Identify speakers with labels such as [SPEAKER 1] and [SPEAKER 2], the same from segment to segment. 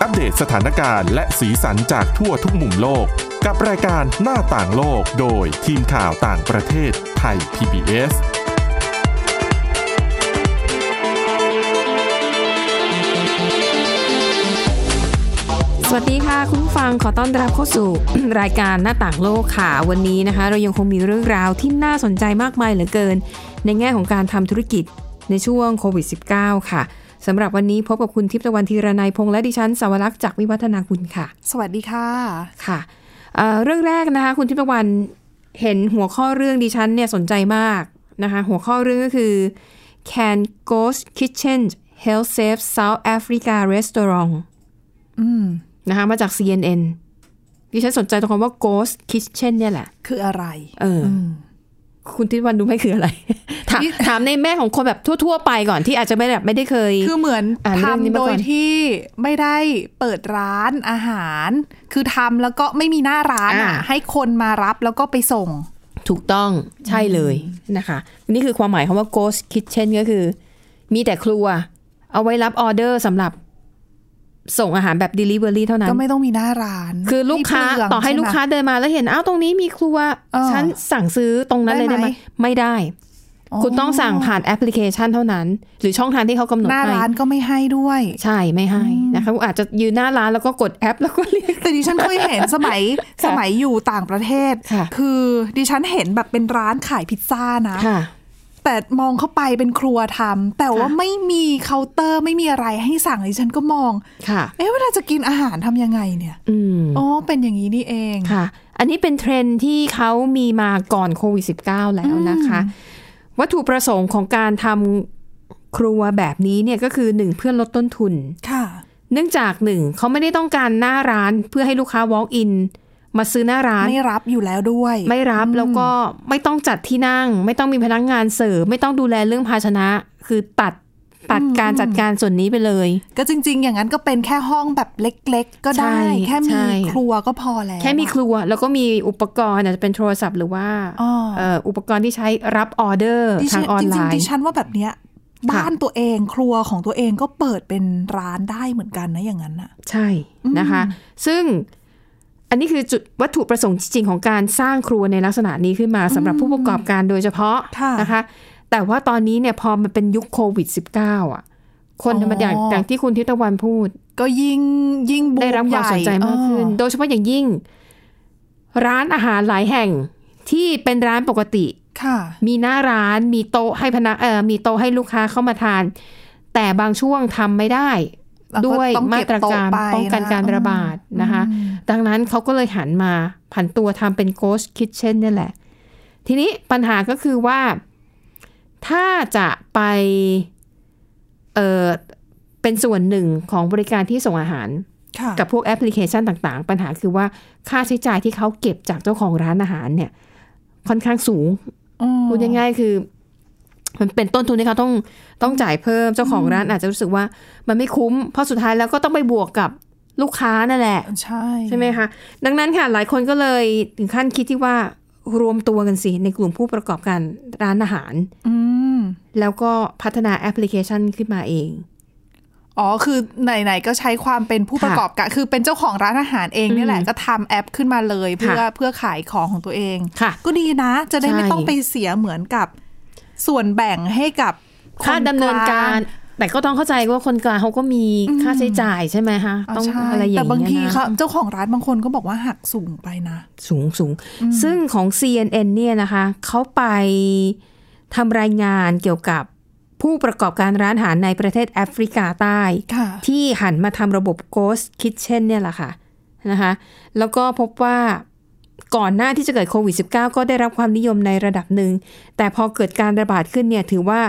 [SPEAKER 1] อัปเดตสถานการณ์และสีสันจากทั่วทุกมุมโลก กับรายการหน้าต่างโลกโดยทีมข่าวต่างประเทศไทย PBS
[SPEAKER 2] สวัสดีค่ะ คุณผู้ฟังขอต้อนรับเข้าสู่ รายการหน้าต่างโลกค่ะ วันนี้นะคะ เรายังคงมีเรื่องราวที่น่าสนใจมากมายเหลือเกิน ในแง่ของการทำธุรกิจในช่วงโควิด -19 ค่ะสำหรับวันนี้พบกับคุณทิพย์ตะวันธีรนัยพงษ์และดิฉันสาวรักษ์จากวิวัฒนาคุณค่ะ
[SPEAKER 3] สวัสดีค่ะ
[SPEAKER 2] ค่ะเอ่อเรื่องแรกนะคะ คุณทิพย์ตะวันเห็นหัวข้อเรื่องดิฉันเนี่ยสนใจมากนะคะ หัวข้อเรื่องก็คือ Can Ghost Kitchen Help Save South Africa Restaurant
[SPEAKER 3] อืม
[SPEAKER 2] นะคะ มาจาก CNN ดิฉันสนใจตรงคำว่า Ghost Kitchen เนี่ยแหละ
[SPEAKER 3] คืออะไร
[SPEAKER 2] เอออคุณทิพย์ตะวันรู้ไหมคืออะไร ถาม
[SPEAKER 3] นี่
[SPEAKER 2] ถามในแม่ของคนแบบทั่ว ๆ ไปก่อนที่อาจจะไม่ได้แบบไม่ได้เคย
[SPEAKER 3] คือเหมือน
[SPEAKER 2] อ่านเรื่องนี้
[SPEAKER 3] ทำ
[SPEAKER 2] มา
[SPEAKER 3] โด
[SPEAKER 2] ก่
[SPEAKER 3] ย
[SPEAKER 2] อน
[SPEAKER 3] ที่ไม่ได้เปิดร้านอาหาร คือทำแล้วก็ไม่มีหน้าร้าน
[SPEAKER 2] อ่า
[SPEAKER 3] อ่ะ ให้คนมารับแล้วก็ไปส่ง
[SPEAKER 2] ถูกต้องใช่เลยนะคะ นี่คือความหมายคำว่า ghost kitchen ก็คือ มีแต่ครัว เอาไว้รับออเดอร์สำหรับส่งอาหารแบบ delivery เท่านั้น
[SPEAKER 3] ก็ไม่ต้องมีหน้าร้าน
[SPEAKER 2] คือลูกค้า
[SPEAKER 3] ไม่เปลือง
[SPEAKER 2] ต่อให้
[SPEAKER 3] ช่ไม
[SPEAKER 2] ลูกค้าเดินมาแล้วเห็น อ้าว ตรงนี้มีครัว
[SPEAKER 3] เออ
[SPEAKER 2] ฉันสั่งซื้อตรงนั้นเลย
[SPEAKER 3] ได้
[SPEAKER 2] ได้
[SPEAKER 3] ไห
[SPEAKER 2] ไห
[SPEAKER 3] ม
[SPEAKER 2] มไม่ได้ คุณต้องสั่งผ่านแอปพลิเคชันเท่านั้น หรือช่องทางที่เขากำหนด
[SPEAKER 3] หน้า
[SPEAKER 2] ให้
[SPEAKER 3] ร้านก็ไม่ให้ด้วย
[SPEAKER 2] ใช่ไม่ให้นะคะอาจจะยืนหน้าร้านแล้วก็กดแอปแล้วก็เรียก
[SPEAKER 3] แต่ดิฉันเคยเห็น สมัยสมัยอยู่ต่างประเทศ
[SPEAKER 2] ค่ะ
[SPEAKER 3] อดิฉันเห็นแบบเป็นร้านขายพิซซ่านะ
[SPEAKER 2] ค่ะ
[SPEAKER 3] แต่มองเข้าไปเป็นครัวทำแต่ว่า
[SPEAKER 2] ค่ะ
[SPEAKER 3] ไม่มีเคาน์เตอร์ไม่มีอะไรให้สั่งดิฉันก็มอง
[SPEAKER 2] ค่ะ
[SPEAKER 3] เอ๊ะเวลาจะกินอาหารทำยังไงเนี่ย
[SPEAKER 2] อืม
[SPEAKER 3] อ๋อ เป็นอย่างนี้นี่เอง
[SPEAKER 2] ค่ะ อันนี้เป็นเทรนด์ที่เขามีมาก่อนโควิด -19 แล้วนะคะ วัตถุประสงค์ของการทำครัวแบบนี้เนี่ยก็คือหนึ่งเพื่อลดต้นทุน
[SPEAKER 3] ค่ะ
[SPEAKER 2] เนื่องจากหนึ่งเขาไม่ได้ต้องการหน้าร้านเพื่อให้ลูกค้า walk in มาซื้อหน้าร้าน
[SPEAKER 3] ไม่รับอยู่แล้วด้วย
[SPEAKER 2] ไม่รับแล้วก็ไม่ต้องจัดที่นั่ง ไม่ต้องมีพนักงานเสิร์ฟไม่ต้องดูแลเรื่องภาชนะ คือตัดตัดการจัดการส่วนนี้ไปเลย
[SPEAKER 3] ก็จริง ๆ อย่างนั้นก็เป็นแค่ห้องแบบเล็ก ๆ ก็ได้
[SPEAKER 2] ใช่
[SPEAKER 3] แค่
[SPEAKER 2] ใช่
[SPEAKER 3] มีครัวก็พอแล้ว
[SPEAKER 2] แค่มีครัวแล้วก็มีอุปกรณ์อาจจะเป็นโทรศัพท์หรือว่า
[SPEAKER 3] อ๋อ
[SPEAKER 2] เอ่ออุปกรณ์ที่ใช้รับออเดอร์
[SPEAKER 3] ดิฉั
[SPEAKER 2] ทาง
[SPEAKER 3] น
[SPEAKER 2] ออน
[SPEAKER 3] จ
[SPEAKER 2] ไล
[SPEAKER 3] ริง ๆ ดิ
[SPEAKER 2] น์
[SPEAKER 3] ฉันว่าแบบเนี้ย
[SPEAKER 2] ค่ะ
[SPEAKER 3] บ้านตัวเองครัวของตัวเองก็เปิดเป็นร้านได้เหมือนกันนะอย่างนั้นน่ะ
[SPEAKER 2] ใช่นะคะ ซึ่งอันนี้คือจุดวัตถุประสงค์จริง ๆ ของการสร้างครัวในลักษณะนี้ขึ้นมาสำหรับผู้ประกอบการโดยเฉพาะ
[SPEAKER 3] ค่ะ
[SPEAKER 2] นะคะ แต่ว่าตอนนี้เนี่ยพอมันเป็นยุคโควิด -19 อ่ะ คน
[SPEAKER 3] อ๋อ
[SPEAKER 2] มันอย่างอย่างที่คุณทิพย์ตะวันพูด
[SPEAKER 3] ก็ยิ่งยิ่งบูม
[SPEAKER 2] ได้รับความสนใจ
[SPEAKER 3] ใหญ่
[SPEAKER 2] มากขึ้น
[SPEAKER 3] เออ
[SPEAKER 2] โดยเฉพาะอย่างยิ่ง ร้านอาหารหลายแห่งที่เป็นร้านปกติ
[SPEAKER 3] ค่ะ
[SPEAKER 2] มีหน้าร้านมีโต๊ะให้พนักเอ่อมีโต๊ะให้ลูกค้าเข้ามาทาน แต่บางช่วงทำไม่ได้
[SPEAKER 3] แล้วก็
[SPEAKER 2] ด้วย
[SPEAKER 3] ต้อง
[SPEAKER 2] มา
[SPEAKER 3] เก็บ
[SPEAKER 2] ตรการ
[SPEAKER 3] โต๊ะไป
[SPEAKER 2] ป้องกัน
[SPEAKER 3] นะ
[SPEAKER 2] การระบาดนะคะ
[SPEAKER 3] อืม
[SPEAKER 2] ดังนั้นเขาก็เลยหันมาผันตัวทำเป็นโกสคิทเช่นนี่ยแหละ ทีนี้ปัญหาก็คือว่าถ้าจะไปเออเป็นส่วนหนึ่งของบริการที่ส่งอาหาร
[SPEAKER 3] ค่ะ
[SPEAKER 2] กับพวกแอปพลิเคชันต่างๆ ปัญหาคือว่าค่าใช้จ่ายที่เขาเก็บจากเจ้าของร้านอาหารเนี่ย ค่อนข้างสูง
[SPEAKER 3] อืม
[SPEAKER 2] พูดง่ายๆคือ มันเป็นต้นทุนที่เขาต้องต้องจ่ายเพิ่มเจ้าของร้านอาจจะรู้สึกว่า มันไม่คุ้ม เพราะสุดท้ายแล้วก็ต้องไปบวกกับลูกค้านั่นแหละ
[SPEAKER 3] ใช่
[SPEAKER 2] ใช่ไหมคะ ดังนั้นค่ะหลายคนก็เลยถึงขั้นคิดที่ว่ารวมตัวกันสิในกลุ่มผู้ประกอบการร้านอาหาร
[SPEAKER 3] อืม
[SPEAKER 2] แล้วก็พัฒนาแอปพลิเคชันขึ้นมาเอง
[SPEAKER 3] อ๋อ คือไหนๆก็ใช้ความเป็นผู้
[SPEAKER 2] ค่ะ
[SPEAKER 3] ประกอบการ คือเป็นเจ้าของร้านอาหารเองเนี่ยแหละ
[SPEAKER 2] อืม
[SPEAKER 3] ก็ทำแอปขึ้นมาเลย เพื่อ
[SPEAKER 2] ค่ะ
[SPEAKER 3] เพื่อขายของของตัวเอง
[SPEAKER 2] ค่ะ
[SPEAKER 3] ก็ดีนะ จะได้
[SPEAKER 2] ใช่
[SPEAKER 3] ไม่ต้องไปเสียเหมือนกับ ส่วนแบ่งให้กับ
[SPEAKER 2] ค่านดำเนิน
[SPEAKER 3] กล
[SPEAKER 2] การ
[SPEAKER 3] ง
[SPEAKER 2] แต่ก็ต้องเข้าใจว่าคนกลางเขาก็มีค่าใช้จ่ายใช่ไหมคะ
[SPEAKER 3] อ๋อ
[SPEAKER 2] ต้อง
[SPEAKER 3] ใช่
[SPEAKER 2] อะไรอย่างเงี้ยนะ
[SPEAKER 3] แต่บางทีเขาเจ้าของร้านบางคนก็บอกว่าหักสูงไปนะ
[SPEAKER 2] สูงสูง ซึ่งของ CNN เนี่ยนะคะ เขาไปทำรายงานเกี่ยวกับผู้ประกอบการร้านอาหารในประเทศแอฟริกาใต้
[SPEAKER 3] ค่ะ
[SPEAKER 2] ที่หันมาทำระบบ Ghost Kitchen เนี่ยแหละค่ะนะคะแล้วก็พบว่าก่อนหน้าที่จะเกิดโควิด -19 ก็ได้รับความนิยมในระดับหนึ่ง แต่พอเกิดการระบาดขึ้นเนี่ยถือว่า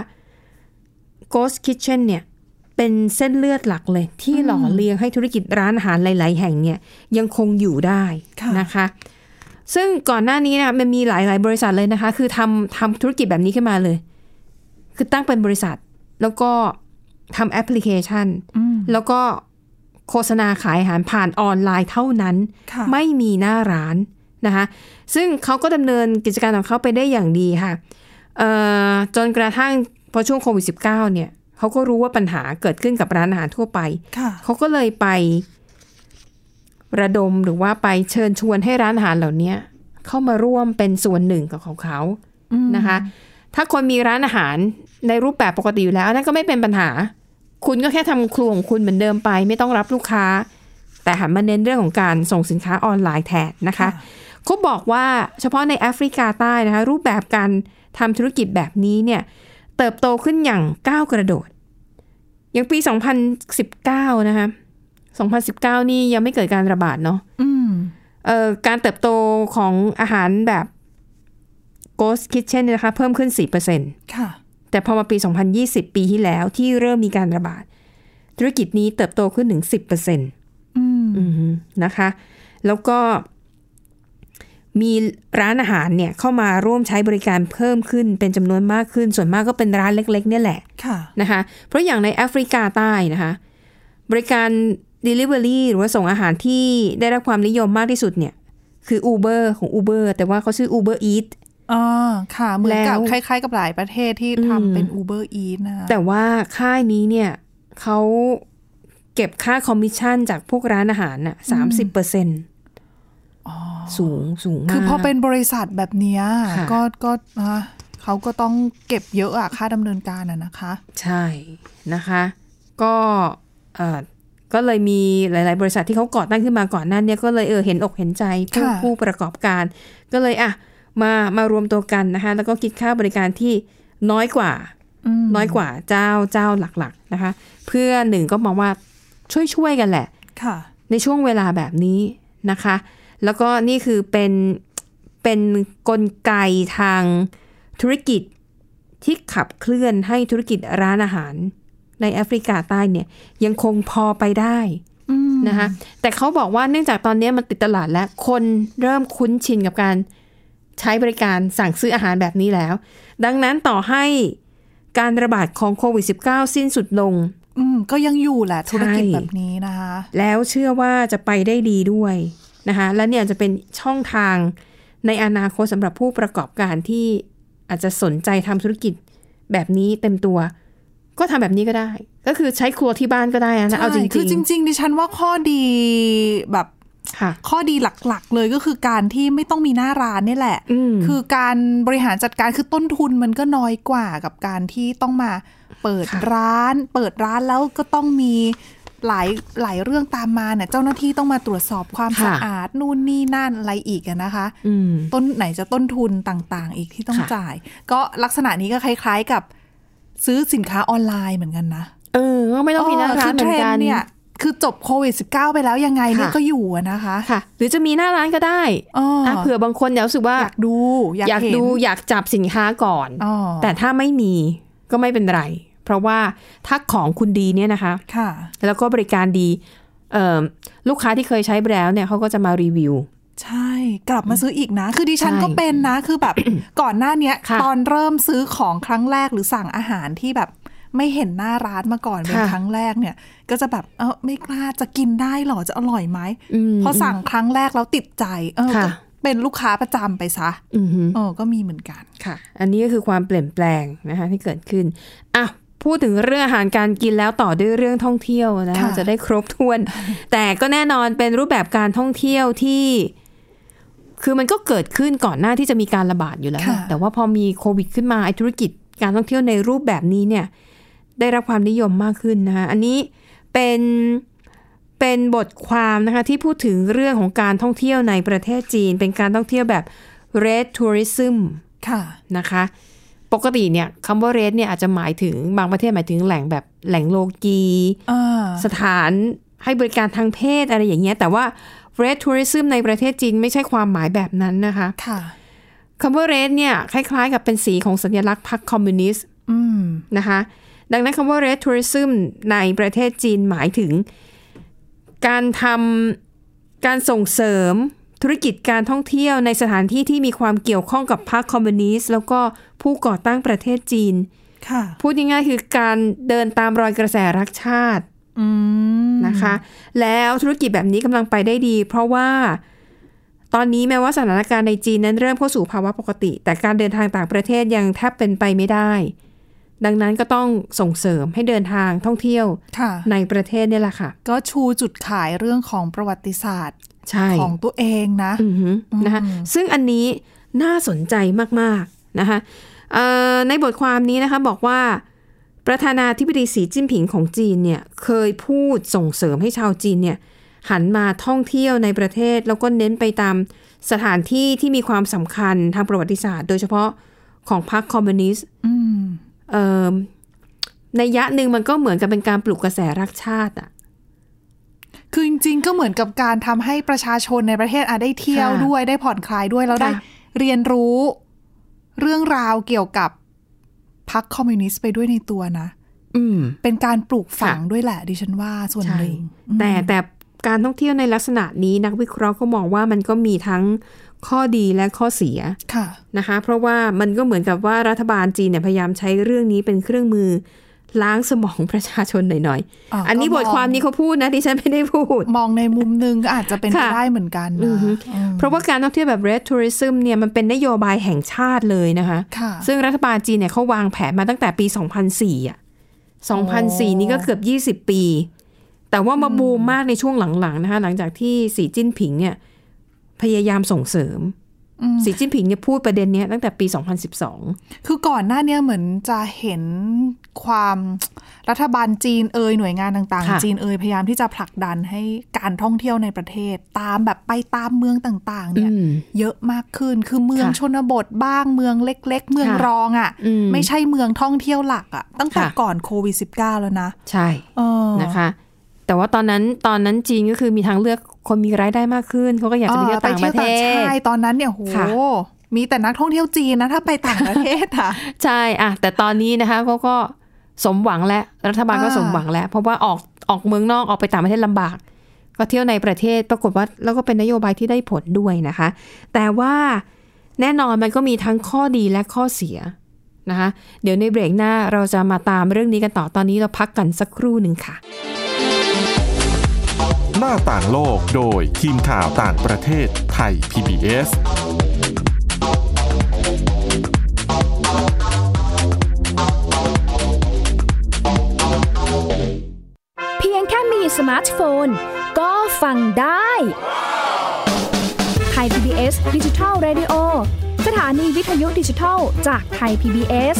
[SPEAKER 2] Ghost Kitchen เนี่ยเป็นเส้นเลือดหลักเลย ที่หล่อเลี้ยงให้ธุรกิจร้านอาหารหลาย ๆ แห่งเนี่ยยังคงอยู่ได้
[SPEAKER 3] ค่ะ
[SPEAKER 2] นะคะ ซึ่งก่อนหน้านี้นะมันมีหลาย ๆ บริษัทเลยนะคะ คือทำทำธุรกิจแบบนี้ขึ้นมาเลย คือตั้งเป็นบริษัทแล้วก็ทำแอปพลิเคชัน
[SPEAKER 3] อืม
[SPEAKER 2] แล้วก็โฆษณาขายอาหารผ่านออนไลน์เท่านั้น
[SPEAKER 3] ค่ะ
[SPEAKER 2] ไม่มีหน้าร้านนะคะซึ่งเขาก็ดำเนินกิจการของเขาไปได้อย่างดีค่ะเอ่อจนกระทั่งพอช่วงโควิด -19 เนี่ยเขาก็รู้ว่าปัญหาเกิดขึ้นกับร้านอาหารทั่วไป
[SPEAKER 3] ค่ะ
[SPEAKER 2] เขาก็เลยไป ระดมหรือว่าไปเชิญชวนให้ร้านอาหารเหล่านี้เข้ามาร่วมเป็นส่วนหนึ่งกับของเขานะคะ ถ้าคนมีร้านอาหารในรูปแบบปกติอยู่แล้วนั่นก็ไม่เป็นปัญหา คุณก็แค่ทำครัวของคุณเหมือนเดิมไป ไม่ต้องรับลูกค้า แต่หันมาเน้นเรื่องของการส่งสินค้าออนไลน์แทนนะคะ เขาบอกว่าเฉพาะในแอฟริกาใต้นะคะ รูปแบบการทำธุรกิจแบบนี้เนี่ย เติบโตขึ้นอย่างก้าวกระโดด อย่างปี 2019 นะคะ 2019 นี่ยังไม่เกิดการระบาดเนาะ
[SPEAKER 3] อืม
[SPEAKER 2] เอ่อการเติบโตของอาหารแบบ Ghost Kitchen เนี่ยนะคะ เพิ่มขึ้น 4%
[SPEAKER 3] ค่ะ
[SPEAKER 2] แต่พอมาปี 2020 ปีที่แล้วที่เริ่มมีการระบาด ธุรกิจนี้เติบโตขึ้นถึง 10%
[SPEAKER 3] อืม
[SPEAKER 2] อืมนะคะ แล้วก็มีร้านอาหารเนี่ยเข้ามาร่วมใช้บริการเพิ่มขึ้นเป็นจำนวนมากขึ้น ส่วนมากก็เป็นร้านเล็กๆ เนี่ยแหละ
[SPEAKER 3] ค่ะ
[SPEAKER 2] นะคะ เพราะอย่างในแอฟริกาใต้นะคะ บริการ Delivery หรือว่าส่งอาหารที่ได้รับความนิยมมากที่สุดเนี่ยคือ Uber ของ Uber แต่ว่าเขาชื่อ Uber Eat
[SPEAKER 3] อ่าค่ะ เหมือนกับ
[SPEAKER 2] แล้ว
[SPEAKER 3] คล้ายๆ กับหลายประเทศที่
[SPEAKER 2] อืม
[SPEAKER 3] ทำเป็น Uber e a t นะคะ
[SPEAKER 2] แต่ว่าค่ายนี้เนี่ยเขาเก็บค่าคอมมิชชั่นจากพวกร้านอาหารน่ะสามสิบเปอร์เซ็นต์สูงสูงมาก
[SPEAKER 3] คือพอเป็นบริษัทแบบเนี้ย
[SPEAKER 2] ค่ะ
[SPEAKER 3] ก็ก็อ่ะเขาก็ต้องเก็บเยอะอะค่าดำเนินการอะนะคะ
[SPEAKER 2] ใช่นะคะ ก็เอ่อก็เลยมีหลาย ๆ บริษัทที่เขาก่อตั้งขึ้นมาก่อนหนั้นเนี่ยก็เลยเออเห็นอกเห็นใจผู้
[SPEAKER 3] ค่ะ
[SPEAKER 2] ผู้ประกอบการ ก็เลยอ่ะมามารวมตัวกันนะคะ แล้วก็คิดค่าบริการที่น้อยกว่า
[SPEAKER 3] อืม
[SPEAKER 2] น้อยกว่าเจ้าเจ้าหลัก ๆ นะคะ เพื่อหนึ่งก็มองว่าช่วย ๆ กันแหละ
[SPEAKER 3] ค่ะ
[SPEAKER 2] ในช่วงเวลาแบบนี้นะคะ แล้วก็นี่คือเป็นเป็นกลไกทางธุรกิจที่ขับเคลื่อนให้ธุรกิจร้านอาหารในแอฟริกาใต้เนี่ยยังคงพอไปได้
[SPEAKER 3] อืม
[SPEAKER 2] นะคะ แต่เขาบอกว่าเนื่องจากตอนนี้มันติดตลาดแล้ว คนเริ่มคุ้นชินกับการใช้บริการสั่งซื้ออาหารแบบนี้แล้ว ดังนั้นต่อให้การระบาดของโควิด -19 สิ้นสุดลง
[SPEAKER 3] อืมก็ยังอยู่แหละธุรกิจ
[SPEAKER 2] ใช่
[SPEAKER 3] แบบนี้นะคะ
[SPEAKER 2] แล้วเชื่อว่าจะไปได้ดีด้วยนะคะและเนี่ยจะเป็นช่องทางในอนาคตสำหรับผู้ประกอบการที่อาจจะสนใจทำธุรกิจแบบนี้เต็มตัว ก็ทำแบบนี้ก็ได้ ก็คือใช้ครัวที่บ้านก็ได้นะเอาจริ
[SPEAKER 3] ใช่
[SPEAKER 2] งๆ
[SPEAKER 3] คือจริง ๆ ดิฉันว่าข้อดีแบบ
[SPEAKER 2] ค่ะ
[SPEAKER 3] ข้อดีหลักๆ เลยก็คือการที่ไม่ต้องมีหน้าร้านนี่แหละ
[SPEAKER 2] อืม
[SPEAKER 3] คือการบริหารจัดการคือต้นทุนมันก็น้อยกว่ากับการที่ต้องมาเปิด
[SPEAKER 2] ค่ะ
[SPEAKER 3] ร้าน เปิดร้านแล้วก็ต้องมีหลายหลายเรื่องตามมาเนี่ยเจ้าหน้าที่ต้องมาตรวจสอบความ
[SPEAKER 2] ค่ะ
[SPEAKER 3] สะอาดนู่นนี่นั่นอะไรอีกอะนะคะ
[SPEAKER 2] อืม
[SPEAKER 3] ต้นไหนจะต้นทุนต่างๆ อีกที่ต้อง
[SPEAKER 2] ค่ะ
[SPEAKER 3] จ่าย ก็ลักษณะนี้ก็คล้าย ๆกับซื้อสินค้าออนไลน์เหมือนกันนะ
[SPEAKER 2] เออก็ไม่ต้องมีหน้าร้านเหมือนกัน
[SPEAKER 3] คือเทรด์เนี่ย คือจบโควิด -19 ไปแล้วยังไงเนี่ย
[SPEAKER 2] ค่ะ
[SPEAKER 3] ก็อยู่อะนะคะ
[SPEAKER 2] ค่ะ หรือจะมีหน้าร้านก็ได้
[SPEAKER 3] อ๋ออ
[SPEAKER 2] อ่ะเผื่อบางคนอยากรู้สึกว่า
[SPEAKER 3] อยากดู อยาก
[SPEAKER 2] อยาก
[SPEAKER 3] เห็น
[SPEAKER 2] ดูอยากจับสินค้าก่อน
[SPEAKER 3] อ๋อ
[SPEAKER 2] แต่ถ้าไม่มีก็ไม่เป็นไร เพราะว่าถ้าของคุณดีเนี่ยนะคะ
[SPEAKER 3] ค่ะ
[SPEAKER 2] แล้วก็บริการดีเอ่อลูกค้าที่เคยใช้ไปแล้วเนี่ยเขาก็จะมารีวิว
[SPEAKER 3] ใช่ กลับมาซื้ออีกนะ คือดิฉัน
[SPEAKER 2] ใช่
[SPEAKER 3] ก็เป็นนะ คือแบบ ก่อนหน้าเนี้ย
[SPEAKER 2] ค่ะ
[SPEAKER 3] ตอนเริ่มซื้อของครั้งแรกหรือสั่งอาหารที่แบบไม่เห็นหน้าร้านมาก่อนเป็นครั้งแรกเนี่ย ก็จะแบบเออไม่กล้าจะกินได้หรอจะอร่อยไหม
[SPEAKER 2] ม
[SPEAKER 3] พอสั่งครั้งแรกแล้วติดใจเออ
[SPEAKER 2] ค่ะ
[SPEAKER 3] ก็เป็นลูกค้าประจำไปซะ
[SPEAKER 2] อือฮึ
[SPEAKER 3] เออก็มีเหมือนกัน
[SPEAKER 2] ค่ะ อันนี้ก็คือความเปลี่ยนแปลงนะคะที่เกิดขึ้นอ่ะพูดถึงเรื่องอาหารการกินแล้วต่อด้วยเรื่องท่องเที่ยวนะ
[SPEAKER 3] ค่ะ
[SPEAKER 2] จะได้ครบถ้วน แต่ก็แน่นอนเป็นรูปแบบการท่องเที่ยวที่ คือมันก็เกิดขึ้นก่อนหน้าที่จะมีการระบาดอยู่แล้วแหละ
[SPEAKER 3] ค่ะ
[SPEAKER 2] แต่ว่าพอมีโควิดขึ้นมาไอธุรกิจการท่องเที่ยวในรูปแบบนี้เนี่ย ได้รับความนิยมมากขึ้นนะคะอันนี้เป็นเป็นบทความนะคะที่พูดถึงเรื่องของการท่องเที่ยวในประเทศจีน เป็นการท่องเที่ยวแบบ red tourism
[SPEAKER 3] ค่ะ
[SPEAKER 2] นะคะ ปกติเนี่ยคำว่า red เนี่ยอาจจะหมายถึงบางประเทศหมายถึงแหล่งแบบแหล่งโลกี
[SPEAKER 3] อ่า
[SPEAKER 2] สถานให้บริการทางเพศอะไรอย่างเงี้ยแต่ว่า red tourism ในประเทศจีนไม่ใช่ความหมายแบบนั้นนะคะ
[SPEAKER 3] ค่ะ
[SPEAKER 2] คำว่า red เนี่ยคล้ายๆ กับเป็นสีของสัญลักษณ์พรรคคอมมิวนิสต์
[SPEAKER 3] อืม
[SPEAKER 2] นะคะดังนั้นคำว่า red tourism ในประเทศจีนหมายถึง การทำการส่งเสริมธุรกิจการท่องเที่ยวในสถานที่ที่มีความเกี่ยวข้องกับพรรคคอมมิวนิสต์แล้วก็ผู้ก่อตั้งประเทศจีน
[SPEAKER 3] ค่ะ
[SPEAKER 2] พูดง่ายๆคือการเดินตามรอยกระแสรักชาติ
[SPEAKER 3] อืม
[SPEAKER 2] นะคะ แล้วธุรกิจแบบนี้กำลังไปได้ดี เพราะว่าตอนนี้แม้ว่าสถานการณ์ในจีนนั้นเริ่มเข้าสู่ภาวะปกติ แต่การเดินทางต่างประเทศยังแทบเป็นไปไม่ได้ ดังนั้นก็ต้องส่งเสริมให้เดินทางท่องเที่ยว
[SPEAKER 3] ค่ะ
[SPEAKER 2] ในประเทศเนี่ยแหละค่ะ
[SPEAKER 3] ก็ชูจุดขายเรื่องของประวัติศาสตร์
[SPEAKER 2] ใช่
[SPEAKER 3] ของตัวเองนะ
[SPEAKER 2] อือหือนะคะ
[SPEAKER 3] อืม
[SPEAKER 2] ซึ่งอันนี้น่าสนใจมาก ๆ นะคะเอ่อในบทความนี้นะคะบอกว่า ประธานาธิบดีสีจิ้นผิงของจีนเนี่ยเคยพูดส่งเสริมให้ชาวจีนเนี่ยหันมาท่องเที่ยวในประเทศ แล้วก็เน้นไปตามสถานที่ที่มีความสำคัญทางประวัติศาสตร์ โดยเฉพาะของพรรคคอมมิวนิสต์
[SPEAKER 3] อืม
[SPEAKER 2] เอ่อในยะหนึ่งมันก็เหมือนกับเป็นการปลุกกระแสรักชาติอะ
[SPEAKER 3] คือจริงๆก็เหมือนกับการทำให้ประชาชนในประเทศอาได้เที่ยว
[SPEAKER 2] ค่ะ
[SPEAKER 3] ด้วยได้ผ่อนคลายด้วยแล้วได้
[SPEAKER 2] ค่ะ
[SPEAKER 3] เรียนรู้เรื่องราวเกี่ยวกับพรรคคอมมิวนิสต์ไปด้วยในตัวนะ
[SPEAKER 2] อืม
[SPEAKER 3] เป็นการปลูกฝัง
[SPEAKER 2] ค่ะ
[SPEAKER 3] ด้วยแหละดิฉันว่าส่วนหนึ่ง
[SPEAKER 2] แต่แต่การท่องเที่ยวในลักษณะนี้นักวิเคราะห์ก็มองว่ามันก็มีทั้งข้อดีและข้อเสีย
[SPEAKER 3] ค่ะ
[SPEAKER 2] นะคะ เพราะว่ามันก็เหมือนกับว่ารัฐบาลจีนเนี่ยพยายามใช้เรื่องนี้เป็นเครื่องมือล้างสมองประชาชนหน่อย
[SPEAKER 3] อ่ะ
[SPEAKER 2] ๆ อันนี้
[SPEAKER 3] ก็
[SPEAKER 2] บ
[SPEAKER 3] มอง
[SPEAKER 2] ทความนี้เขาพูดนะดิฉันไม่ได้พูด
[SPEAKER 3] มองในมุมหนึงก็อาจจะเป็นไป
[SPEAKER 2] ค่ะ
[SPEAKER 3] ได้เหมือนกันนะอืม
[SPEAKER 2] เพราะว่าการท่องเที่ยวแบบ red tourism เนี่ยมันเป็นนโยบายแห่งชาติเลยนะคะ
[SPEAKER 3] ค่ะ
[SPEAKER 2] ซึ่งรัฐบาลจีนเนี่ยเขาวางแผนมาตั้งแต่ปี 2004อ่ะ2004 นี่ก็เกือบ 20 ปี แต่ว่ามาบูมมากในช่วงหลังๆนะคะ หลังจากที่สีจิ้นผิงเนี่ยพยายามส่งเสริม
[SPEAKER 3] อืม
[SPEAKER 2] สีจิ้นผิงเนี่ยพูดประเด็นเนี้ยตั้งแต่ปี
[SPEAKER 3] คือก่อนหน้าเนี้ยเหมือนจะเห็นความรัฐบาลจีนเอ่ยหน่วยงานต่าง
[SPEAKER 2] ค่ะ
[SPEAKER 3] ๆ จีนเอ่ยพยายามที่จะผลักดันให้การท่องเที่ยวในประเทศ ตามแบบไปตามเมืองต่างๆ เนี่ย
[SPEAKER 2] อืม
[SPEAKER 3] เยอะมากขึ้นคือเมือง
[SPEAKER 2] ค่ะ
[SPEAKER 3] ชนบทบ้างเมืองเล็ก ๆ เมือง
[SPEAKER 2] ค่ะ
[SPEAKER 3] รองอะ่ะ
[SPEAKER 2] อืม
[SPEAKER 3] ไม่ใช่เมืองท่องเที่ยวหลักอะ่ะตั้งแต่
[SPEAKER 2] ค่ะ
[SPEAKER 3] ก่อนโควิด -19 แล้วนะ
[SPEAKER 2] 2012 ใช่
[SPEAKER 3] เออ
[SPEAKER 2] นะคะ แต่ว่าตอนนั้นตอนนั้นจีนก็คือมีทางเลือกคนมีรายได้มากขึ้นเขาก็อยากจะไปเที่ยวต่างประเท
[SPEAKER 3] ออไปที่ยวต่าง
[SPEAKER 2] ศ
[SPEAKER 3] ชาติตอนนั้นเนี่ยโห
[SPEAKER 2] ค่ะ
[SPEAKER 3] มีแต่นักท่องเที่ยวจีนนะถ้าไปต่างประเทศอ่ะ
[SPEAKER 2] ใช่อะแต่ตอนนี้นะคะเขาก็สมหวังแล้ว รัฐบาลก็
[SPEAKER 3] อ่า
[SPEAKER 2] สมหวังแล้ว เพราะว่าออกออกเมืองนอกออกไปต่างประเทศลำบาก ก็เที่ยวในประเทศปรากฏว่าแล้วก็เป็นนโยบายที่ได้ผลด้วยนะคะ แต่ว่าแน่นอนมันก็มีทั้งข้อดีและข้อเสียนะคะ เดี๋ยวในเบรกหน้าเราจะมาตามเรื่องนี้กันต่อตอนนี้เราพักกันสักครู่หนึ่งค่ะ
[SPEAKER 1] หน้าต่างโลกโดยทีมข่าวต่างประเทศไทย PBS
[SPEAKER 4] เพียงแค่มีสมาร์ทโฟน ก็ฟังได้ไทย PBS ดิจิทัล Radio สถานีวิทยุดิจิทัลจากไทย PBS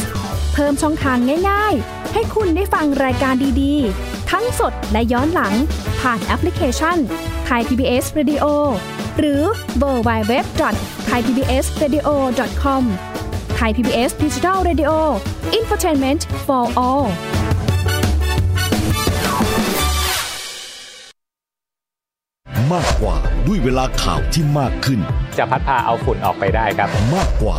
[SPEAKER 4] เพิ่มช่องทางง่ายๆ ให้คุณได้ฟังรายการดีๆ ทั้งสดและย้อนหลัง ผ่านแอปพลิเคชันไทย PBS Radio หรือเวอร์ไบเว็บไทยพีบีเอสเรดิโอคอมไทยพีบีเอสดิจิทัลเรดิโออินฟอร์ทนเมนต์ for all
[SPEAKER 5] มากกว่าด้วยเวลาข่าวที่มากขึ้น
[SPEAKER 6] จะพัดพาเอาฝุ่นออกไปได้ครับ
[SPEAKER 5] มากกว่า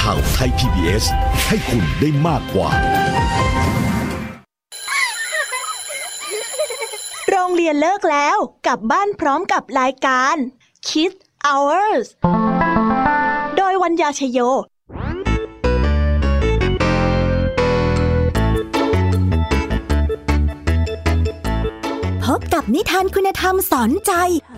[SPEAKER 5] ข่าวไทย PBS ให้คุณได้มากกว่า
[SPEAKER 7] โรงเรียนเลิกแล้วกลับบ้านพร้อมกับรายการ Kids Hours โดยวัญญาชยโย
[SPEAKER 8] พบกับนิทานคุณธรรมสอนใจ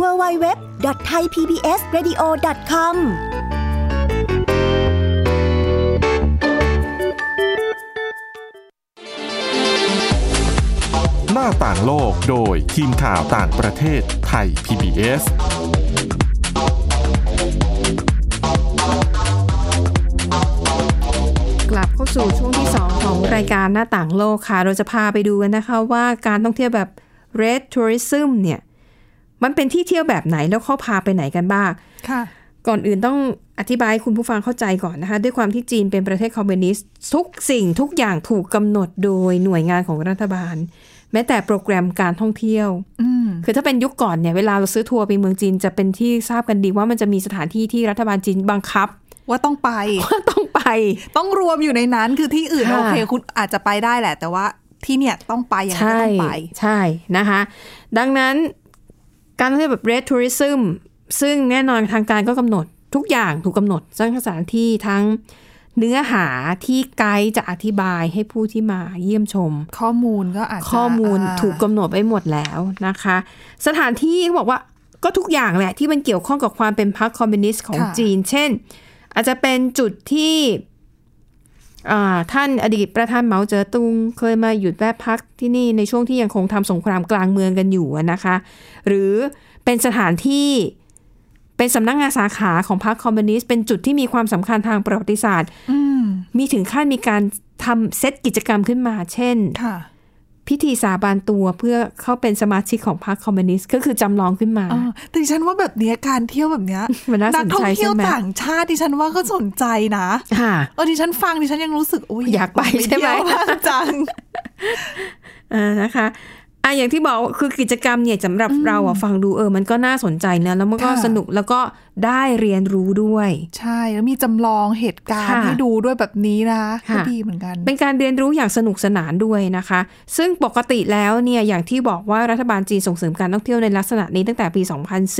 [SPEAKER 8] www.thaipbsradio.com
[SPEAKER 1] หน้าต่างโลกโดยทีมข่าวต่างประเทศไทย PBS
[SPEAKER 2] กลับเข้าสู่ช่วงที่ 2 ของรายการหน้าต่างโลกค่ะ เราจะพาไปดูกันนะคะว่าการท่องเที่ยวแบบ red tourism เนี่ย มันเป็นที่เที่ยวแบบไหนแล้วเขาพาไปไหนกันบ้าง
[SPEAKER 3] ค่ะ
[SPEAKER 2] ก่อนอื่นต้อง อธิบายให้คุณผู้ฟังเข้าใจก่อนนะคะ ด้วยความที่จีนเป็นประเทศคอมมิวนิสต์ทุกสิ่งทุกอย่างถูกกำหนดโดยหน่วยงานของรัฐบาล แม้แต่โปรแกรมการท่องเที่ยว
[SPEAKER 3] อืม
[SPEAKER 2] คือถ้าเป็นยุคก่อนเนี่ยเวลาเราซื้อทัวร์ไปเมืองจีนจะเป็นที่ทราบกันดีว่ามันจะมีสถานที่ที่รัฐบาลจีนบังคับ
[SPEAKER 3] ว่าต้องไป
[SPEAKER 2] ว่าต้องไป
[SPEAKER 3] ต้องรวมอยู่ในนั้นคือที่อื่น
[SPEAKER 2] ค่ะ
[SPEAKER 3] โอเคคุณอาจจะไปได้แหละ แต่ว่าที่เนี่ยต้องไปอย่างนั้นก็ต้องไป
[SPEAKER 2] ใช่นะคะ ดังนั้นการท่องเที่ยวแบบ red tourism ซึ่งแน่นอนทางการก็กำหนดทุกอย่างถูกกำหนดทั้งสถานที่ทั้งเนื้อหาที่ไกด์จะอธิบายให้ผู้ที่มาเยี่ยมชม
[SPEAKER 3] ข้อมูลก็อาจจะ
[SPEAKER 2] ข้อมูล
[SPEAKER 3] า
[SPEAKER 2] ถูกกำหนดไว้หมดแล้วนะคะ สถานที่เขาบอกว่าก็ทุกอย่างแหละที่มันเกี่ยวข้องกับความเป็นพรรคคอมมิวนิสต์ของจีน เช่น อาจจะเป็นจุดที่อ่าท่านอดีตประธานเหมาเจ๋อตุง เคยมาหยุดแวะพักที่นี่ในช่วงที่ยังคงทำสงครามกลางเมืองกันอยู่อะนะคะ หรือเป็นสถานที่เป็นสำนักงานสาขาของพรรคคอมมิวนิสต์เป็นจุดที่มีความสำคัญทางประวัติศาสตร์
[SPEAKER 3] อืม
[SPEAKER 2] มีถึงขั้นมีการทำเซตกิจกรรมขึ้นมา เช่น
[SPEAKER 3] ค่ะ
[SPEAKER 2] พิธีสาบานตัวเพื่อเข้าเป็นสมาชิกของพรรคคอมมิวนิสต์ก็คือจำลองขึ้นมา
[SPEAKER 3] เออแต่ดิฉันว่าแบบเนี้ยการเที่ยวแบบเนี้ย
[SPEAKER 2] มันน่าสนใจ
[SPEAKER 3] นัท่องเที่ยว
[SPEAKER 2] ใช่ไหม
[SPEAKER 3] ต่างชาติดิฉันว่าก็สนใจนะ
[SPEAKER 2] ค่ะ
[SPEAKER 3] เออดิฉันฟังดิฉันยังรู้สึกโอ้ย
[SPEAKER 2] อยากไปใช่ไหม
[SPEAKER 3] เที่ยวบ้างจัง
[SPEAKER 2] อ่านะคะอ่ะอย่างที่บอกคือกิจกรรมเนี่ยสำหรับเราอ่ะฟังดูเออ มันก็น่าสนใจนะแล้วมันก็
[SPEAKER 3] ค่ะ
[SPEAKER 2] สนุกแล้วก็ได้เรียนรู้ด้วย
[SPEAKER 3] ใช่แล้วมีจำลองเหตุการณ์
[SPEAKER 2] ค่ะ
[SPEAKER 3] ให้ดูด้วยแบบนี้นะ
[SPEAKER 2] ค่ะ
[SPEAKER 3] ก็ดีเหมือนกัน
[SPEAKER 2] เป็นการเรียนรู้อย่างสนุกสนานด้วยนะคะ ซึ่งปกติแล้วเนี่ยอย่างที่บอกว่ารัฐบาลจีนส่งเสริมการท่องเที่ยวในลักษณะนี้ตั้งแต่ปี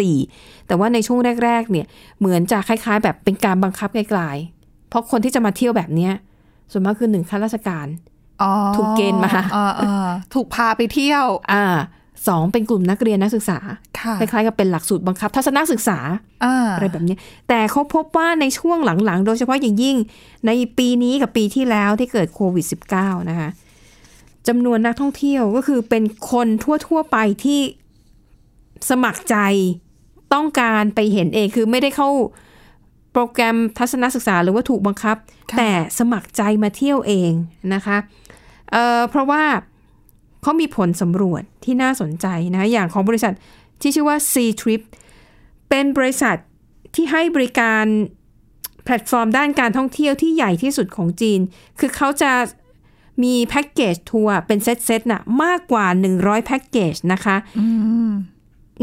[SPEAKER 2] 2004 แต่ว่าในช่วงแรก ๆ เนี่ยเหมือนจะคล้ายๆ แบบเป็นการบังคับไกลๆเพราะคนที่จะมาเที่ยวแบบเนี้ยส่วนมากคือหนึ่งข้าราชการ
[SPEAKER 3] อ๋อ
[SPEAKER 2] ถูกเกณฑ์มา
[SPEAKER 3] อ่าๆ ถูกพาไปเที่ยว
[SPEAKER 2] อ่าสองเป็นกลุ่มนักเรียนนักศึกษา
[SPEAKER 3] ค่ะ
[SPEAKER 2] คล้ายๆกับเป็นหลักสูตรบังคับทัศนศึกษา
[SPEAKER 3] อ่า
[SPEAKER 2] อะไรแบบนี้ แต่เขาพบว่าในช่วงหลังๆ โดยเฉพาะอย่างยิ่งในปีนี้กับปีที่แล้วที่เกิดโควิด -19 นะคะจำนวนนักท่องเที่ยวก็คือเป็นคนทั่วๆไปที่สมัครใจต้องการไปเห็นเองคือไม่ได้เข้าโปรแกรมทัศนศึกษาหรือว่าถูกบังคับ
[SPEAKER 3] ะ
[SPEAKER 2] แต่สมัครใจมาเที่ยวเองนะคะเอ่อเพราะว่า เขามีผลสำรวจที่น่าสนใจนะ อย่างของบริษัทที่ชื่อว่า C Trip เป็นบริษัทที่ให้บริการแพลตฟอร์มด้านการท่องเที่ยวที่ใหญ่ที่สุดของจีน คือเขาจะมีแพ็กเกจทัวร์เป็นเซตเซตๆน่ะมากกว่า 100 แพ็กเกจนะคะ
[SPEAKER 3] อืม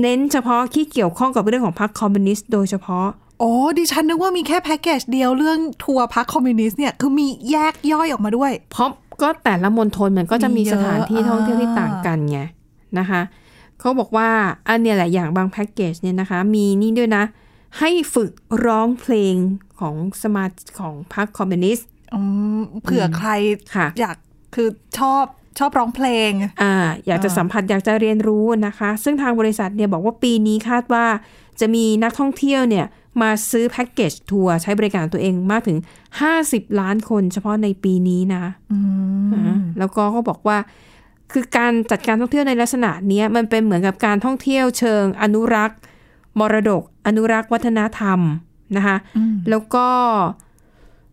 [SPEAKER 2] เน้นเฉพาะที่เกี่ยวข้องกับเรื่องของพรรคคอมมิวนิสต์โดยเฉพาะ
[SPEAKER 3] โอ้ดิฉันนึกว่ามีแค่แพ็กเกจเดียวเรื่องทัวร์พักคอมมิวนิสต์เนี่ยคือมีแยกย่อยออกมาด้วย
[SPEAKER 2] เพราะก็แต่ละมณฑลมันก็จะมี
[SPEAKER 3] มีเยอะ
[SPEAKER 2] สถานที่ท่องเที่ยวที่
[SPEAKER 3] อ่า
[SPEAKER 2] ต่างกันไงนะคะเขาบอกว่าอันเนี้ยแหละอย่างบางแพ็กเกจเนี่ยนะคะ มีนี่ด้วยนะ ให้ฝึกร้องเพลงของสมาของพรรคคอมมิวนิสต์
[SPEAKER 3] อืมเผื่อใคร
[SPEAKER 2] ค่ะ
[SPEAKER 3] อยากคือชอบชอบร้องเพลง
[SPEAKER 2] อ่าอยากจะสัมผัสอยากจะเรียนรู้นะคะ ซึ่งทางบริษัทเนี่ยบอกว่าปีนี้คาดว่าจะมีนักท่องเที่ยวเนี่ยมาซื้อแพ็กเกจทัวร์ใช้บริการตัวเองมากถึง 50 ล้านคนเฉพาะในปีนี้นะ
[SPEAKER 3] อืม
[SPEAKER 2] แล้วก็เขาบอกว่าคือการจัดการท่องเที่ยวในลักษณะเนี้ยมันเป็นเหมือนกับการท่องเที่ยวเชิงอนุรักษ์ มรดก อนุรักษ์วัฒนธรรมนะคะแล้วก็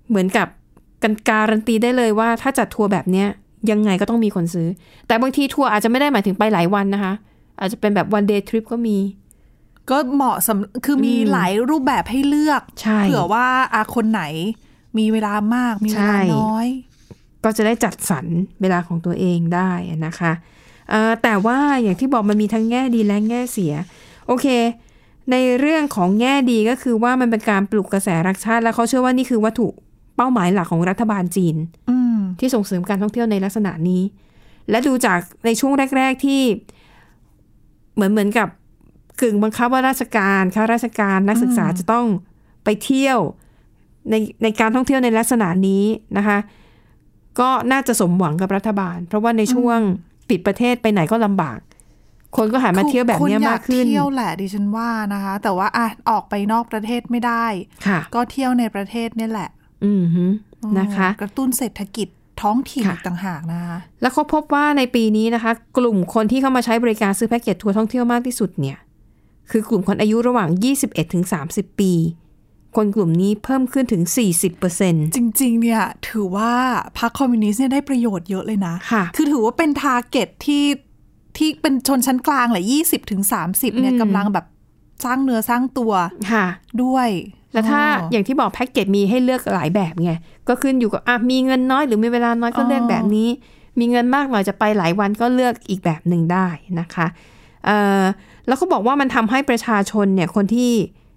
[SPEAKER 2] เหมือนกับกันการันตีได้เลยว่า ถ้าจัดทัวร์แบบเนี้ยยังไงก็ต้องมีคนซื้อ แต่บางทีทัวร์อาจจะไม่ได้หมายถึงไปหลายวันนะคะ อาจจะเป็นแบบ one day trip ก็มี
[SPEAKER 3] ก็เหมาะสำคือมี
[SPEAKER 2] อืม
[SPEAKER 3] หลายรูปแบบให้เลือก
[SPEAKER 2] ใช่
[SPEAKER 3] เผื่อว่าอาคนไหนมีเวลามากมีเวลาน้อย
[SPEAKER 2] ก็จะได้จัดสรรเวลาของตัวเองได้นะคะเอ่อแต่ว่าอย่างที่บอกมันมีทั้งแง่ดีและแง่เสีย โอเค ในเรื่องของแง่ดีก็คือว่ามันเป็นการปลุกกระแสรักชาติและเขาเชื่อว่านี่คือวัตถุเป้าหมายหลักของรัฐบาลจีน
[SPEAKER 3] อืม
[SPEAKER 2] ที่ส่งเสริมการท่องเที่ยวในลักษณะนี้ และดูจากในช่วงแรก ๆที่เหมือนเหมือนกับกึ่งบังคับว่าราชการข้าราชการนักศึกษาจะต้องไปเที่ยวในในการท่องเที่ยวในลักษณะนี้นะคะ ก็น่าจะสมหวังกับรัฐบาล เพราะว่าในช่วงปิดประเทศไปไหนก็ลำบาก คนก็หามาเที่ยวแบบเนี้ย
[SPEAKER 3] คอย
[SPEAKER 2] มากขึ้น
[SPEAKER 3] เที่ยวแหละดิฉันว่านะคะ แต่ว่าอ่ะออกไปนอกประเทศไม่ได้
[SPEAKER 2] ค่ะ
[SPEAKER 3] ก็เที่ยวในประเทศเนี่ยแหละ
[SPEAKER 2] อืมฮึนะคะ
[SPEAKER 3] กระตุ้นเศรษฐกิจท้องถิ่น
[SPEAKER 2] ค่ะ
[SPEAKER 3] อีกต่างหากนะคะ
[SPEAKER 2] แล้วเขาพบว่าในปีนี้นะคะ กลุ่มคนที่เข้ามาใช้บริการซื้อแพ็กเกจทัวร์ท่องเที่ยวมากที่สุดเนี่ย คือกลุ่มคนอายุระหว่าง 21ถึง30 ปี คนกลุ่มนี้เพิ่มขึ้นถึง 40%
[SPEAKER 3] จริง ๆ เนี่ย ถือว่าพรรคคอมมิวนิสต์เนี่ยได้ประโยชน์เยอะเลยนะ
[SPEAKER 2] ค่ะ
[SPEAKER 3] อถือว่าเป็นทาร์เก็ตที่ที่เป็นชนชั้นกลางแหละยี่สิบถึงสามสิบเนี่ย
[SPEAKER 2] อืม
[SPEAKER 3] กำลังแบบสร้างเนื้อสร้างตัว
[SPEAKER 2] ค่ะ
[SPEAKER 3] ด้วย
[SPEAKER 2] แล้วถ้าอย่างที่บอกแพ็กเกจมีให้เลือกหลายแบบไงก็ขึ้นอยู่กับอ่ะมีเงินน้อยหรือมีเวลาน้อยก็เลือกแบบนี้ มีเงินมากหน่อยจะไปหลายวันก็เลือกอีกแบบหนึ่งได้นะคะเอ่อแล้วเขาบอกว่ามันทำให้ประชาชนเนี่ยคนที่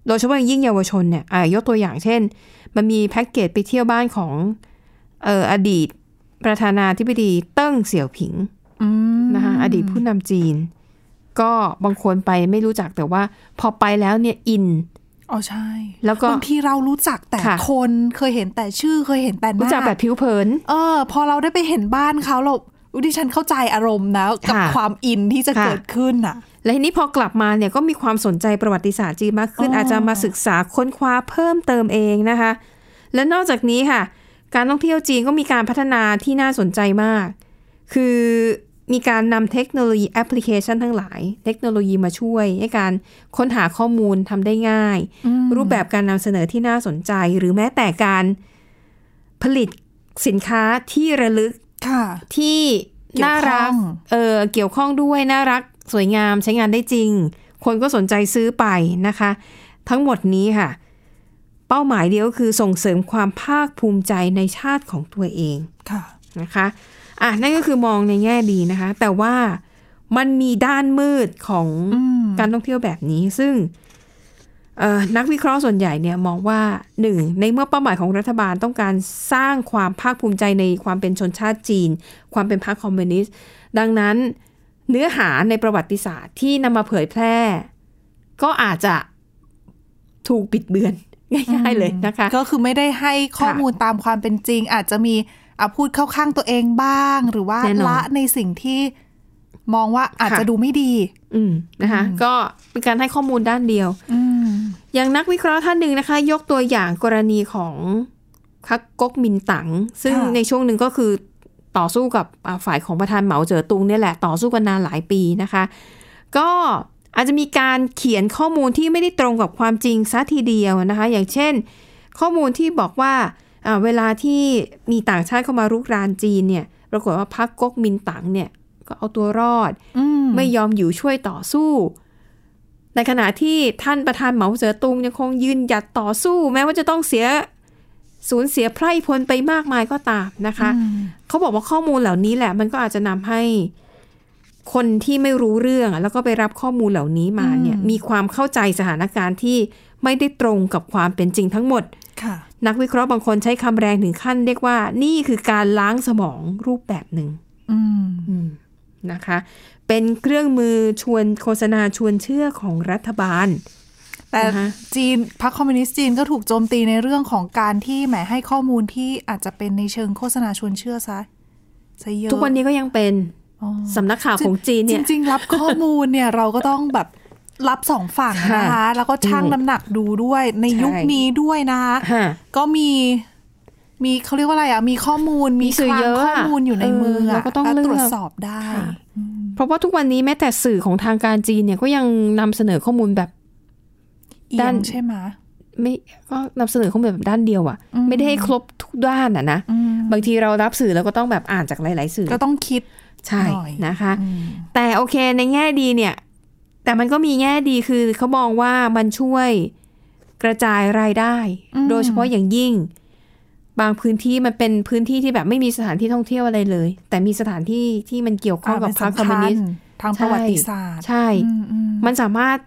[SPEAKER 2] โดยเฉพาะอย่างยิ่งเยาวชนเนี่ยอ่ะยกตัวอย่างเช่น มันมีแพ็กเกจไปเที่ยวบ้านของเอ่ออดีตประธานาธิบดีเติ้งเสี่ยวผิงนะคะอดีตผู้นำจีน ก็บางคนไปไม่รู้จักแต่ว่า พอไปแล้วเนี่ยอิน
[SPEAKER 3] อ๋อใช่
[SPEAKER 2] แล้วก็
[SPEAKER 3] บางทีเรารู้จักแต่
[SPEAKER 2] ค่ะ
[SPEAKER 3] คนเคยเห็นแต่ชื่อเคยเห็นแต่หน้า
[SPEAKER 2] รู้
[SPEAKER 3] รู้
[SPEAKER 2] จักแบบผิวเผิน
[SPEAKER 3] เออ พอเราได้ไปเห็นบ้านเขาเราอุ๊ยดิฉันเข้าใจอารมณ์นะกับ
[SPEAKER 2] ค่ะ
[SPEAKER 3] ความอินที่จะ
[SPEAKER 2] ค่ะ
[SPEAKER 3] เกิดขึ้นอ่ะ
[SPEAKER 2] และทีนี้พอกลับมาเนี่ยก็มีความสนใจประวัติศาสตร์จีนมากขึ้น อาจจะมาศึกษาค้นคว้าเพิ่มเติมเองนะคะ และนอกจากนี้ค่ะ การท่องเที่ยวจีนก็มีการพัฒนาที่น่าสนใจมาก คือมีการนำเทคโนโลยีแอปพลิเคชันทั้งหลาย เทคโนโลยีมาช่วย ให้การค้นหาข้อมูลทำได้ง่าย รูปแบบการนำเสนอที่น่าสนใจ หรือแม้แต่การผลิตสินค้าที่ระลึก
[SPEAKER 3] ค่ะ
[SPEAKER 2] ที่
[SPEAKER 3] เกี่ยว
[SPEAKER 2] น่ารั
[SPEAKER 3] ข้
[SPEAKER 2] ก
[SPEAKER 3] อง
[SPEAKER 2] เออเกี่ยวข้องด้วย น่ารัก สวยงามใช้งานได้จริง คนก็สนใจซื้อไปนะคะ ทั้งหมดนี้ค่ะ เป้าหมายเดียวก็คือส่งเสริมความภาคภูมิใจในชาติของตัวเอง
[SPEAKER 3] ค่ะ
[SPEAKER 2] นะคะอ่ะนั่นก็คือมองในแง่ดีนะคะ แต่ว่ามันมีด้านมืดของการท่องเที่ยวแบบนี้ ซึ่งเอ่อนักวิเคราะห์ส่วนใหญ่เนี่ยมองว่าหนึ่งในเมื่อเป้าหมายของรัฐบาลต้องการสร้างความภาคภูมิใจในความเป็นชนชาติจีน ความเป็นพรรคคอมมิวนิสต์ ดังนั้นเนื้อหาในประวัติศาสตร์ที่นำมาเผยแพร่ ก็อาจจะถูกปิดเบือน ง่าย ๆ เลยนะคะ
[SPEAKER 3] ก็คือไม่ได้ให้ข้อมูลตามความเป็นจริง อาจจะมีอะพูดเข้าข้างตัวเองบ้าง หรือว่า
[SPEAKER 2] แน่นอน
[SPEAKER 3] ละในสิ่งที่มองว่าอาจ
[SPEAKER 2] ค่ะ
[SPEAKER 3] จะดูไม่ดี
[SPEAKER 2] อืมนะคะก็เป็นการให้ข้อมูลด้านเดียว
[SPEAKER 3] อืม
[SPEAKER 2] อย่างนักวิเคราะห์ท่านหนึ่งนะคะ ยกตัวอย่างกรณีของคักก๊กมินตั๋งซึ่ง
[SPEAKER 3] ค่ะ
[SPEAKER 2] ในช่วงหนึ่งก็คือต่อสู้กับอ่าฝ่ายของประธานเหมาเจ๋อตุงเนี่ยแหละต่อสู้กันนานหลายปีนะคะ ก็อาจจะมีการเขียนข้อมูลที่ไม่ได้ตรงกับความจริงซะทีเดียวนะคะ อย่างเช่น ข้อมูลที่บอกว่าอ่าเวลาที่มีต่างชาติเข้ามารุกรานจีนเนี่ยปรากฏว่าพรรคก๊กมินตั๋งเนี่ยก็เอาตัวรอด
[SPEAKER 3] อืม
[SPEAKER 2] ไม่ยอมอยู่ช่วยต่อสู้ ในขณะที่ท่านประธานเหมาเจ๋อตุงยังคงยืนหยัดต่อสู้ แม้ว่าจะต้องเสียสูญเสียไพร่พลไปมากมายก็ตามนะคะ เขาบอกว่าข้อมูลเหล่านี้แหละ มันก็อาจจะนำให้คนที่ไม่รู้เรื่องอะแล้วก็ไปรับข้อมูลเหล่านี้มาเนี่ย มีความเข้าใจสถานการณ์ที่ไม่ได้ตรงกับความเป็นจริงทั้งหมด
[SPEAKER 3] ค่ะ
[SPEAKER 2] นักวิเคราะห์บางคนใช้คำแรงถึงขั้นเรียกว่า นี่คือการล้างสมองรูปแบบหนึ่ง
[SPEAKER 3] อืม
[SPEAKER 2] อืมนะคะ เป็นเครื่องมือชวนโฆษณาชวนเชื่อของรัฐบาล
[SPEAKER 3] แต่
[SPEAKER 2] นะคะ
[SPEAKER 3] จีนพรรคคอมมิวนิสต์จีนก็ถูกโจมตีในเรื่องของการที่แหมให้ข้อมูลที่อาจจะเป็นในเชิงโฆษณาชวนเชื่อซะซะเยอะ
[SPEAKER 2] ทุกวันนี้ก็ยังเป็น
[SPEAKER 3] อ๋อ
[SPEAKER 2] สำนักข่าวของจีนเนี่ย
[SPEAKER 3] จริงๆ รับข้อมูลเนี่ย เราก็ต้องแบบรับสองฝั่งนะคะ
[SPEAKER 2] ค่ะ
[SPEAKER 3] แล้วก็ชั่งน้ำหนักดูด้วยใน
[SPEAKER 2] ใช่
[SPEAKER 3] ยุคนี้ด้วยนะคะ
[SPEAKER 2] ฮะ
[SPEAKER 3] ก็มีมีเขาเรียกว่าอะไรอ่ะ มีข้อมูล
[SPEAKER 2] มีสื่อ
[SPEAKER 3] คลัง
[SPEAKER 2] เยอะอะ
[SPEAKER 3] ข้อมูลอยู่ใน
[SPEAKER 2] เออ
[SPEAKER 3] มืออะ
[SPEAKER 2] เราก็ต้อง
[SPEAKER 3] แล้ว
[SPEAKER 2] เลือก
[SPEAKER 3] ตรวจสอบได้
[SPEAKER 2] ค่ะ เพราะว่าทุกวันนี้แม้แต่สื่อของทางการจีนเนี่ยก็ยังนำเสนอข้อมูลแบบ
[SPEAKER 3] เอีย
[SPEAKER 2] ด้าน
[SPEAKER 3] งใช่ไหม
[SPEAKER 2] ไม่ก็นำเสนอข้อมูลแบบด้านเดียวอะไม่ได้ให้ครบทุกด้านอะนะบางทีเรารับสื่อเราก็ต้องแบบอ่านจากหลาย ๆ สื่อ
[SPEAKER 3] ก็ต้องคิด
[SPEAKER 2] ใช่
[SPEAKER 3] หน่อย
[SPEAKER 2] นะคะ แต่โอเคในแง่ดีเนี่ย แต่มันก็มีแง่ดีคือเขามองว่ามันช่วยกระจายรายได้ โดยเฉพาะอย่างยิ่ง บางพื้นที่มันเป็นพื้นที่ที่แบบไม่มีสถานที่ท่องเที่ยวอะไรเลย แต่มีสถานที่ที่มันเกี่ยวข้องกับ
[SPEAKER 3] อ่ะ
[SPEAKER 2] พรรคคอมมิวนิสต์
[SPEAKER 3] สำญทางประวัติศาสตร์
[SPEAKER 2] ใช่
[SPEAKER 3] อืมอืม
[SPEAKER 2] มันสามารถ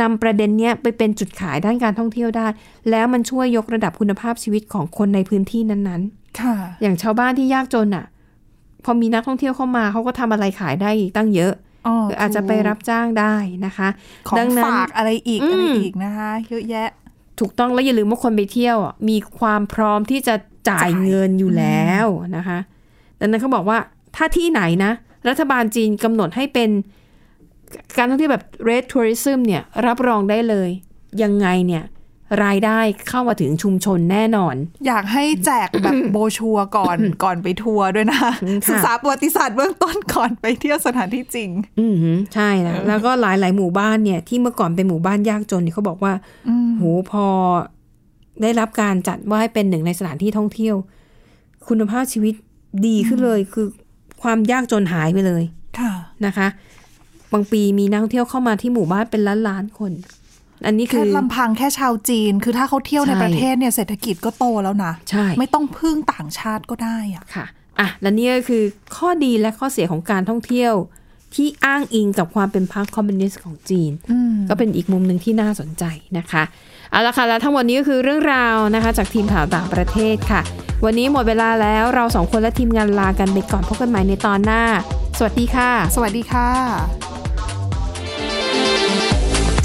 [SPEAKER 2] นำประเด็นเนี้ยไปเป็นจุดขายด้านการท่องเที่ยวได้ แล้วมันช่วยยกระดับคุณภาพชีวิตของคนในพื้นที่นั้นๆ
[SPEAKER 3] ค่ะ
[SPEAKER 2] อย่างชาวบ้านที่ยากจนอ่ะ พอมีนักท่องเที่ยวเข้ามาเขาก็ทำอะไรขายได้อีกตั้งเยอะ
[SPEAKER 3] อ๋อ
[SPEAKER 2] หรืออาจจะไปรับจ้างได้นะคะ
[SPEAKER 3] ของ
[SPEAKER 2] ดังนั้น
[SPEAKER 3] ฝากอะไรอีก
[SPEAKER 2] อืม
[SPEAKER 3] อะไรอีกนะคะเยอะแยะ
[SPEAKER 2] ถูกต้องแล้วอย่าลืมว่าคนไปเที่ยวอะมีความพร้อมที่จะจ่าย
[SPEAKER 3] จ่าย
[SPEAKER 2] เงินอยู่แล้วนะคะ ดังนั้นเขาบอกว่าถ้าที่ไหนนะ รัฐบาลจีนกำหนดให้เป็นการท่องเที่ยวแบบ red tourism เนี่ยรับรองได้เลย ยังไงเนี่ย รายได้เข้ามาถึงชุมชนแน่นอน
[SPEAKER 3] อยากให้แจกแบบ โบชัวร์ก่อนก่อนไปทัวร์ด้วยนะ
[SPEAKER 2] อืมค่ะ
[SPEAKER 3] ศึกษาประวัติศาสตร์เบื้องต้นก่อนไปเที่ยวสถานที่จริง
[SPEAKER 2] อืมใช่นะแล้วก็หลายหลายๆหมู่บ้านเนี่ยที่เมื่อก่อนเป็นหมู่บ้านยากจนเนี่ยเขาบอกว่าโหพอได้รับการจัดว่าให้เป็นหนึ่งในสถานที่ท่องเที่ยว คุณภาพชีวิตดีขึ้นเลย คือความยากจนหายไปเลย
[SPEAKER 3] ค่ะ
[SPEAKER 2] นะคะ บางปีมีนักท่องเที่ยวเข้ามาที่หมู่บ้านเป็นล้านล้านๆคน อันนี้คือ
[SPEAKER 3] แค่ลำพังแค่ชาวจีน คือถ้าเขาเที่ยวใน
[SPEAKER 2] ใช่
[SPEAKER 3] ประเทศเนี่ยเศรษฐกิจก็โตแล้วนะ
[SPEAKER 2] ใช่
[SPEAKER 3] ไม่ต้องพึ่งต่างชาติก็ได้อะ
[SPEAKER 2] ค่ะอ่ะและนี่ก็คือข้อดีและข้อเสียของการท่องเที่ยว ที่อ้างอิงกับความเป็นพรรคคอมมิวนิสต์ของจีน
[SPEAKER 3] อืม
[SPEAKER 2] ก็เป็นอีกมุมหนึ่งที่น่าสนใจนะคะเอาละค่ะและทั้งหมดนี้ก็คือเรื่องราวนะคะ จากทีมข่าวต่างประเทศค่ะ วันนี้หมดเวลาแล้วเราสองคนและทีมงานลากันไปก่อนพบกันใหม่ในตอนหน้า สวัสดีค่ะ
[SPEAKER 3] สวัสดีค่ะ